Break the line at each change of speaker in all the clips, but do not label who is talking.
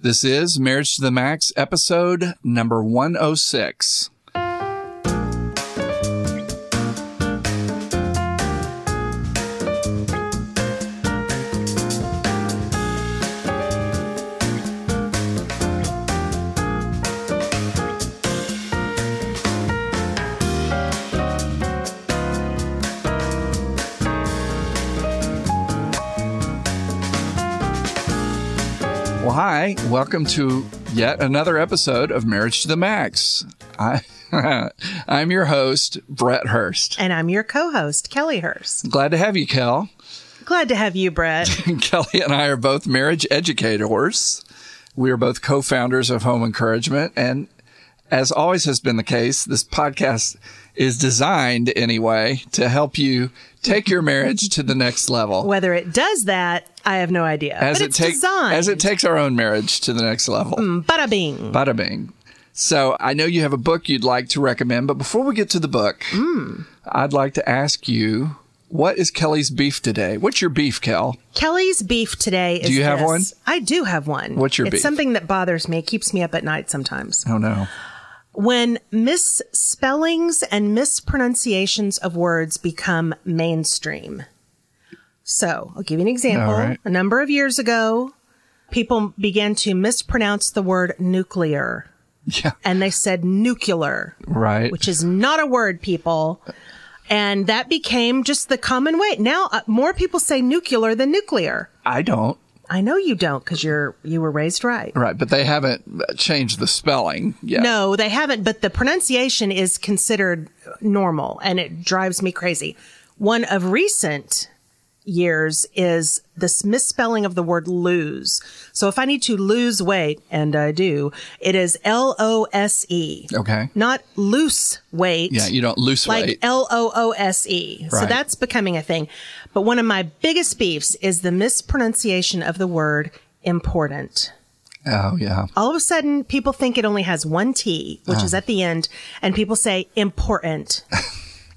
This is Marriage to the Max, episode number 106. Well, hi, welcome to yet another episode of Marriage to the Max. I, I'm your host, Brett Hurst.
And I'm your co host, Kelly Hurst.
Glad to have you, Kel.
Glad to have you, Brett.
Kelly and I are both marriage educators. We are both co founders of Home Encouragement. And as always has been the case, this podcast is designed anyway to help you take your marriage to the next level.
Whether it does that, I have no idea.
As
but
it,
it's
take,
designed. Mm.
as it takes our own marriage to the next level.
Bada bing.
Bada bing. So I know you have a book you'd like to recommend, but before we get to the book,
Mm.
I'd like to ask you what is Kelly's beef today? What's your beef, Kel?
Kelly's beef today is.
Do you have
this.
one?
I do have one.
What's your
It's
beef?
something that bothers me, keeps me up at night sometimes.
Oh no.
When misspellings and mispronunciations of words become mainstream. So I'll give you an example.
All right.
A number of years ago, people began to mispronounce the word nuclear.
Yeah.
and they said nuclear,
Right.
which is not a word, people. And that became just the common way. Now uh, more people say nuclear than nuclear.
I don't.
I know you don't because you're you were raised right.
Right, but they haven't uh, changed the spelling yet.
No, they haven't, but the pronunciation is considered normal and it drives me crazy. One of recent years is this misspelling of the word lose. So if I need to lose weight, and I do, it is L O S E.
Okay.
Not loose weight.
Yeah, you don't lose
like
weight.
L O O S E. So
Right.
that's becoming a thing. But one of my biggest beefs is the mispronunciation of the word important.
oh yeah.
All of a sudden, people think it only has one T, which
Uh.
is at the end, and people say important. and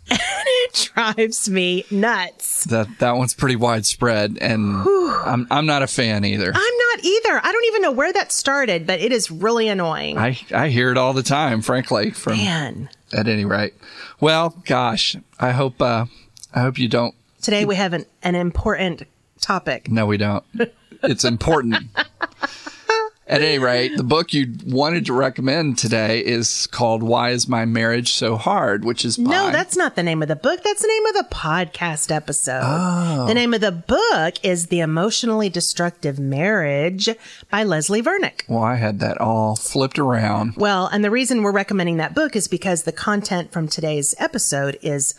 it drives me nuts.
That that one's pretty widespread and I'm I'm not a fan either.
I'm not either. I don't even know where that started, but it is really annoying.
I I hear it all the time, frankly, from
Man.
at any rate. Well, gosh, I hope uh I hope you don't
Today we have an, an important topic.
No, we don't. It's important. At any rate, the book you wanted to recommend today is called Why Is My Marriage So Hard, which is
No,
by-
that's not the name of the book. That's the name of the podcast episode. The name of the book is The Emotionally Destructive Marriage by Leslie Vernick.
Well, I had that all flipped around.
Well, and the reason we're recommending that book is because the content from today's episode is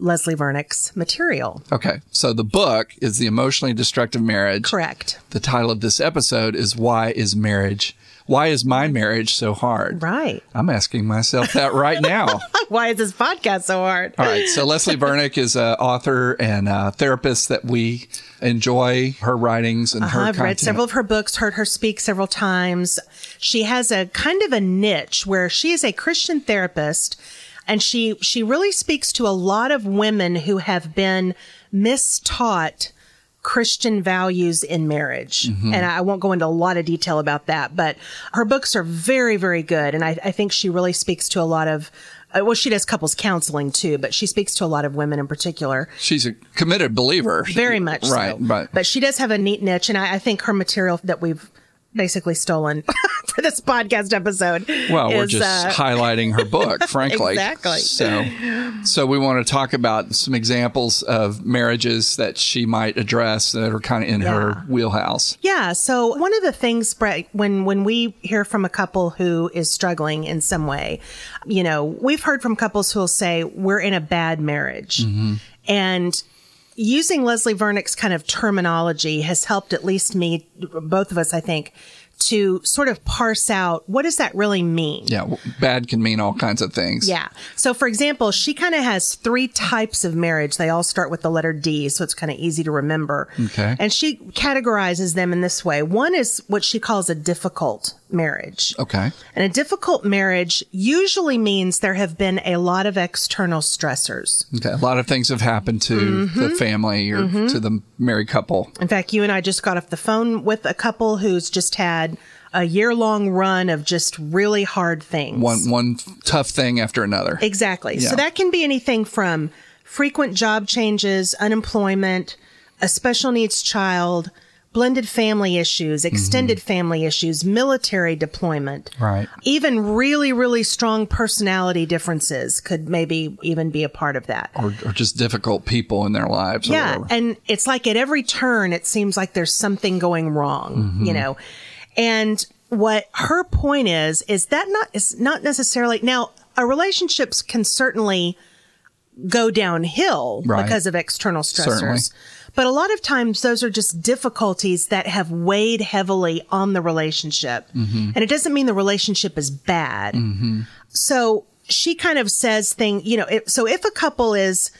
Leslie Vernick's material.
Okay. So the book is The Emotionally Destructive Marriage.
Correct.
The title of this episode is Why Is Marriage Why Is My Marriage So Hard?
Right.
I'm asking myself that right now.
Why is this podcast so hard?
All right. So Leslie Vernick is an author and a therapist that we enjoy her writings and her
Uh-huh, I've read
content.
several of her books, heard her speak several times. She has a kind of a niche where she is a Christian therapist and she she really speaks to a lot of women who have been mistaught Christian values in marriage.
Mm-hmm.
And I won't go into a lot of detail about that, but her books are very, very good. And I, I think she really speaks to a lot of, uh, well, she does couples counseling too, but she speaks to a lot of women in particular
She's a committed believer.
very much
Right,
so.
right.
But she does have a neat niche, and I, I think her material that we've basically stolen for this podcast episode.
well, we're
is,
just
uh,
highlighting her book, frankly.
Exactly.
So, so we want to talk about some examples of marriages that she might address that are kind of in her wheelhouse.
yeah. So one of the things, Brett, when when we hear from a couple who is struggling in some way, you know, we've heard from couples who'll say we're in a bad marriage,
Mm-hmm.
and using Leslie Vernick's kind of terminology has helped at least me, both of us, I think, to sort of parse out what does that really mean.
Yeah, w- bad can mean all kinds of things.
Yeah. So, for example, she kind of has three types of marriage. They all start with the letter D, so it's kind of easy to remember.
Okay.
And she categorizes them in this way one is what she calls a difficult marriage.
Okay.
And a difficult marriage usually means there have been a lot of external stressors. Mm-hmm.
Okay. A lot of things have happened to the family or to the married couple.
In fact, you and I just got off the phone with a couple who's just had a year long run of just really hard things.
One one tough thing after another.
Exactly.
Yeah.
So that can be anything from frequent job changes, unemployment, a special needs child, blended family issues, extended family issues, military deployment.
Mm-hmm. Right.
Even really, really strong personality differences could maybe even be a part of that.
Or, or just difficult people in their lives. or
Yeah.
whatever.
And it's like at every turn, it seems like there's something going wrong, you
Mm-hmm.
know? And what her point is, is that not, is not necessarily now a relationships can certainly go downhill
Right.
because of external stressors.
Certainly.
But a lot of times those are just difficulties that have weighed heavily on the relationship.
Mm-hmm.
And it doesn't mean the relationship is bad. So she kind of says thing, you know, if, so if a couple is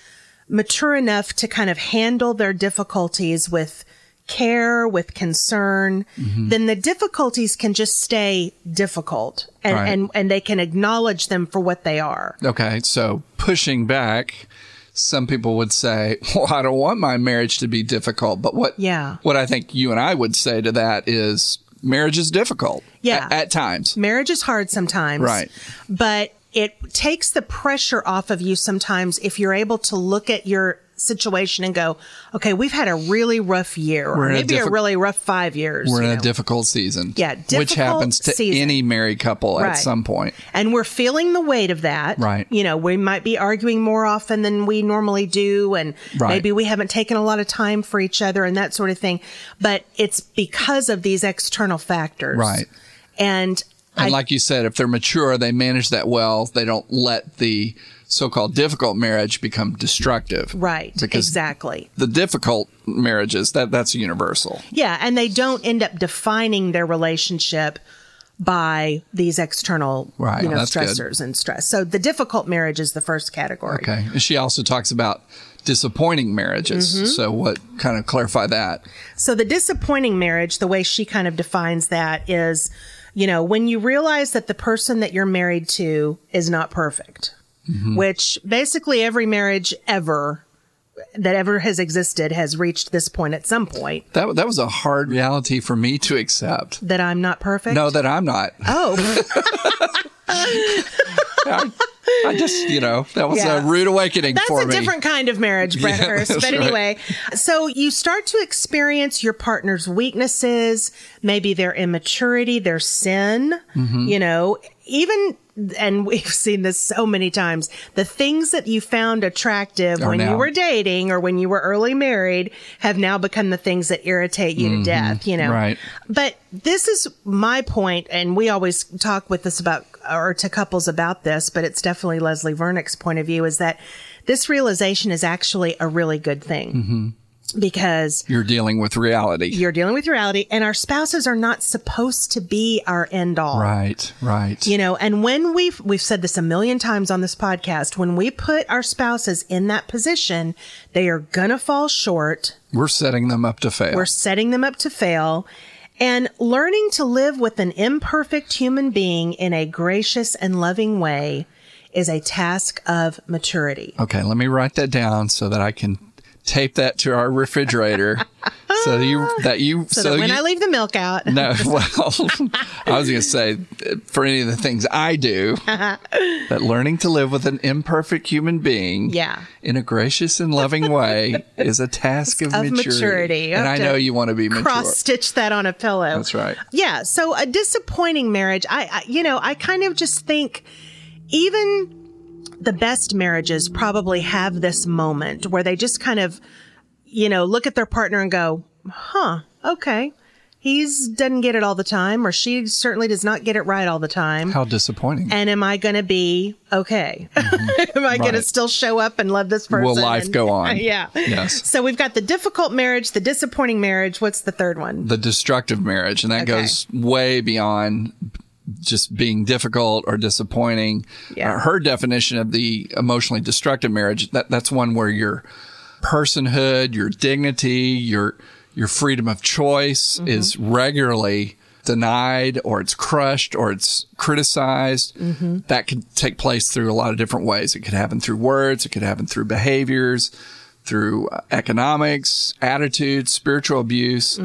mature enough to kind of handle their difficulties with care, with concern,
Mm-hmm.
then the difficulties can just stay difficult and,
Right.
and, and they can acknowledge them for what they are.
Okay, so pushing back, some people would say, "Well, I don't want my marriage to be difficult." But what?
Yeah.
What I think you and I would say to that is, marriage is difficult.
Yeah.
a- At, times.
Marriage is hard sometimes.
Right.
But it takes the pressure off of you sometimes if you're able to look at your situation and go, okay, we've had a really rough year, or
We're in a
maybe a,
diffi-
really rough five years.
We're
you
in a
know.
difficult season.
Yeah,
which
difficult
happens to
season.
any married couple at
Right.
some point.
and we're feeling the weight of that.
Right.
You know, we might be arguing more often than we normally do. And
Right.
maybe we haven't taken a lot of time for each other and that sort of thing. But it's because of these external factors.
Right.
And
And
I,
like you said, if they're mature, they manage that well. They don't let the so-called difficult marriage become destructive.
right.
Because
Exactly.
the difficult marriages that that's universal.
Yeah. And they don't end up defining their relationship by these external
Right,
you know,
that's good.
stressors and stress. So the difficult marriage is the first category.
Okay. And she also talks about disappointing marriages.
Mm-hmm.
So what kind of clarify that?
So the disappointing marriage, the way she kind of defines that is, you know, when you realize that the person that you're married to is not perfect,
Mm-hmm.
which basically every marriage ever that ever has existed has reached this point at some point
That that was a hard reality for me to accept.
that I'm not perfect.
No, that I'm not.
oh,
I, I just you know that was
Yeah.
a rude awakening
that's
for
a
me.
different kind of marriage, Brett
Yeah,
Hurst.
that's
But
right.
anyway, so you start to experience your partner's weaknesses, maybe their immaturity, their sin,
Mm-hmm.
you know, even, and we've seen this so many times, the things that you found attractive when
now.
you were dating or when you were early married have now become the things that irritate you to death, you know.
Mm-hmm. Right.
But this is my point, and we always talk with this about, or to couples about this, but it's definitely Leslie Vernick's point of view is that this realization is actually a really good thing because
You're dealing with reality.
you're dealing with reality and our spouses are not supposed to be our end all.
Right. Right.
You know, and when we've we've said this a million times on this podcast, when we put our spouses in that position, they are gonna fall short.
We're setting them up to fail.
We're setting them up to fail. And learning to live with an imperfect human being in a gracious and loving way is a task of maturity.
okay. Let me write that down so that I can tape that to our refrigerator. so you that you
So, that when
you,
I leave the milk out,
No, well, I was going to say for any of the things I do, that learning to live with an imperfect human being,
Yeah.
in a gracious and loving way, is a task of,
Of
maturity.
maturity. You
And
have
I
to
know you want to be mature.
cross stitch that on a pillow.
That's right.
Yeah. So a disappointing marriage. I, I, you know, I kind of just think even the best marriages probably have this moment where they just kind of, you know, look at their partner and go, huh, okay. He's doesn't get it all the time, or she certainly does not get it right all the time.
How disappointing!
and am I going to be okay? am I going to
Right.
still show up and love this person?
Will life
And-
go on?
yeah.
Yes.
So we've got the difficult marriage, the disappointing marriage. What's the third one?
The destructive marriage, and that
Okay.
goes way beyond just being difficult or disappointing.
Yeah.
Uh, her definition of the emotionally destructive marriage that that's one where your personhood, your dignity, your your freedom of choice is regularly denied or it's crushed or it's criticized. That could take place through a lot of different ways. It could happen through words, it could happen through behaviors, through uh, economics, attitude, spiritual abuse.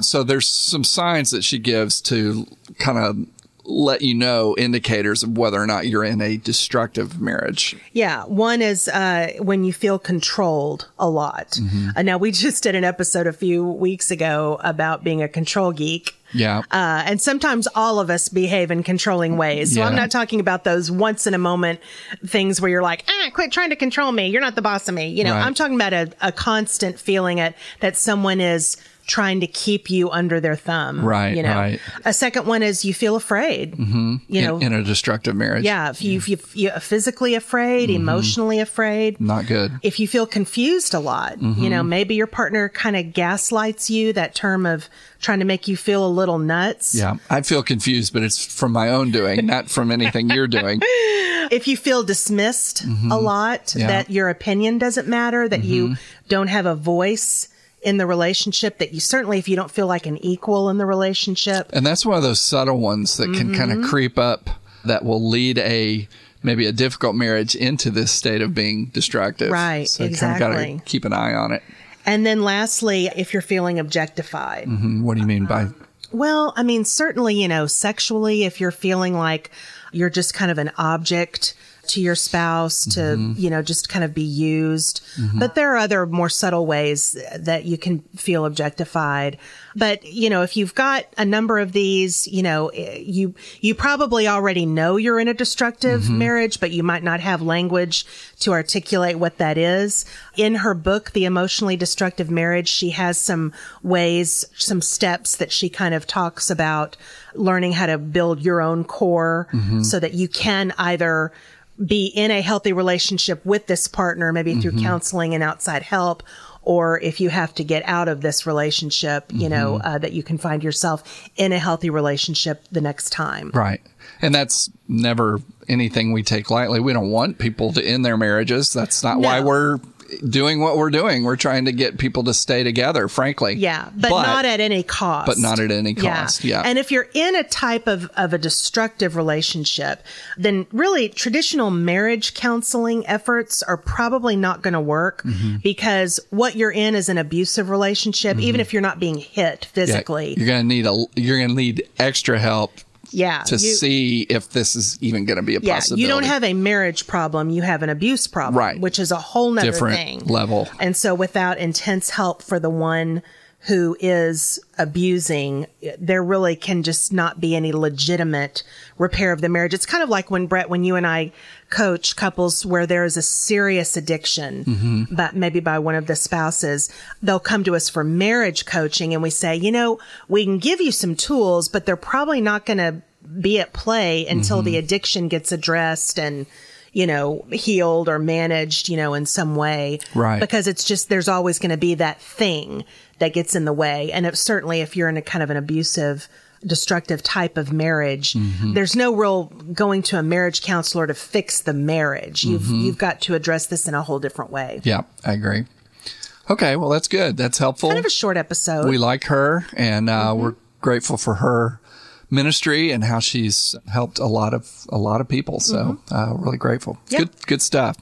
So there's some signs that she gives to kind of let you know indicators of whether or not you're in a destructive marriage.
Yeah, one is uh, when you feel controlled a lot.
Mm-hmm.
Uh, now, we just did an episode a few weeks ago about being a control geek.
Yeah.
Uh, and sometimes all of us behave in controlling ways. So I'm
Yeah.
not talking about those once in a moment things where you're like, ah, quit trying to control me. You're not the boss of me. You know,
Right.
I'm talking about a, a constant feeling it that someone is trying to keep you under their thumb.
Right,
You know,
right.
a second one is you feel afraid. Mm-hmm. You know,
in, in a destructive marriage.
yeah, if you, if you, you're physically afraid,
Mm-hmm.
emotionally afraid,
Not good.
if you feel confused a lot, you
Mm-hmm.
know, maybe your partner kind of gaslights you, that term of trying to make you feel a little nuts.
Yeah. I feel confused, but it's from my own doing, not from anything you're doing.
If you feel dismissed a lot,
Yeah.
that your opinion doesn't matter, that you don't have a voice in the relationship, that you certainly, if you don't feel like an equal in the relationship,
And that's one of those subtle ones that can kind
Mm-hmm.
of creep up that will lead a maybe a difficult marriage into this state of being destructive.
Right,
So you kind of got
exactly.
to keep an eye on it.
and then lastly, if you're feeling objectified.
And Hmm, What do you mean by
Uh-huh. Well, I mean, certainly, you know, sexually, if you're feeling like you're just kind of an object to your spouse to, you know, just kind of be used. But there are other more subtle ways that you can feel objectified. But, you know, if you've got a number of these, you know, eh, you, you probably already know you're in a destructive marriage, but you might not have language to articulate what that is. In her book, The Emotionally Destructive Marriage, she has some ways, some steps that she kind of talks about learning how to build your own core so that you can either be in a healthy relationship with this partner, maybe through counseling and outside help. Or if you have to get out of this relationship, you know, uh, that you can find yourself in a healthy relationship the next time.
Right. And that's never anything we take lightly. We don't want people to end their marriages. That's not why
No.
we're doing what we're doing. We're trying to get people to stay together, frankly.
Yeah, but, not at any cost.
but not at any cost. Yeah.
And if you're in a type of, of a destructive relationship, then really traditional marriage counseling efforts are probably not going to work
Mm-hmm.
because what you're in is an abusive relationship, even if you're not being hit
Yeah,
physically.
You're gonna need a you're gonna need extra help
Yeah.
to
Uh, you-
see if this is even gonna be a
yeah,
possibility.
you don't have a marriage problem, you have an abuse problem,
Right.
which is a whole nother
different
thing.
level.
And so without intense help for the one who is abusing, there really can just not be any legitimate repair of the marriage. It's kind of like when Brett, when you and I coach couples where there is a serious addiction, but maybe by one of the spouses, they'll come to us for marriage coaching and we say, you know, we can give you some tools, but they're probably not going to be at play until the addiction gets addressed and, you know, healed or managed, you know, in some way.
Right.
Because it's just, there's always going to be that thing that gets in the way. And it, certainly if you're in a kind of an abusive, destructive type of marriage,
Mm-hmm.
there's no real going to a marriage counselor to fix the marriage. You've, you've got to address this in a whole different way.
Mm-hmm. Yeah, I agree. Okay, well that's good. That's helpful.
Kind of a short Mm-hmm. episode.
we like her and uh, we're grateful for her ministry and how she's helped a lot of a lot of people so uh, really grateful
Mm-hmm. Yeah.
good good stuff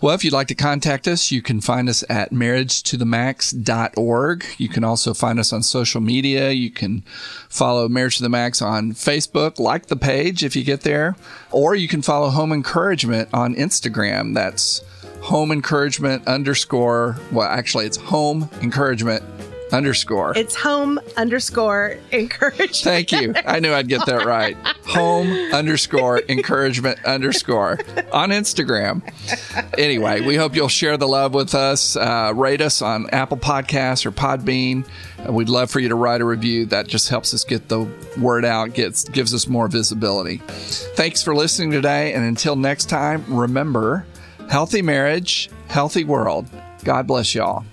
well if you'd like to contact us you can find us at marriagetothemax.org you can also find us on social media you can follow marriage to the max on facebook like the page if you get there or you can follow home encouragement on instagram that's home encouragement underscore well actually it's home encouragement underscore
it's home underscore encourage.
Thank you. I knew I'd get that right. Home underscore encouragement underscore on Instagram. Anyway, we hope you'll share the love with us. Uh, rate us on Apple Podcasts or Podbean. Uh, We'd love for you to write a review. That just helps us get the word out, gets gives us more visibility. Thanks for listening today, and until next time, remember, healthy marriage, healthy world. God bless y'all.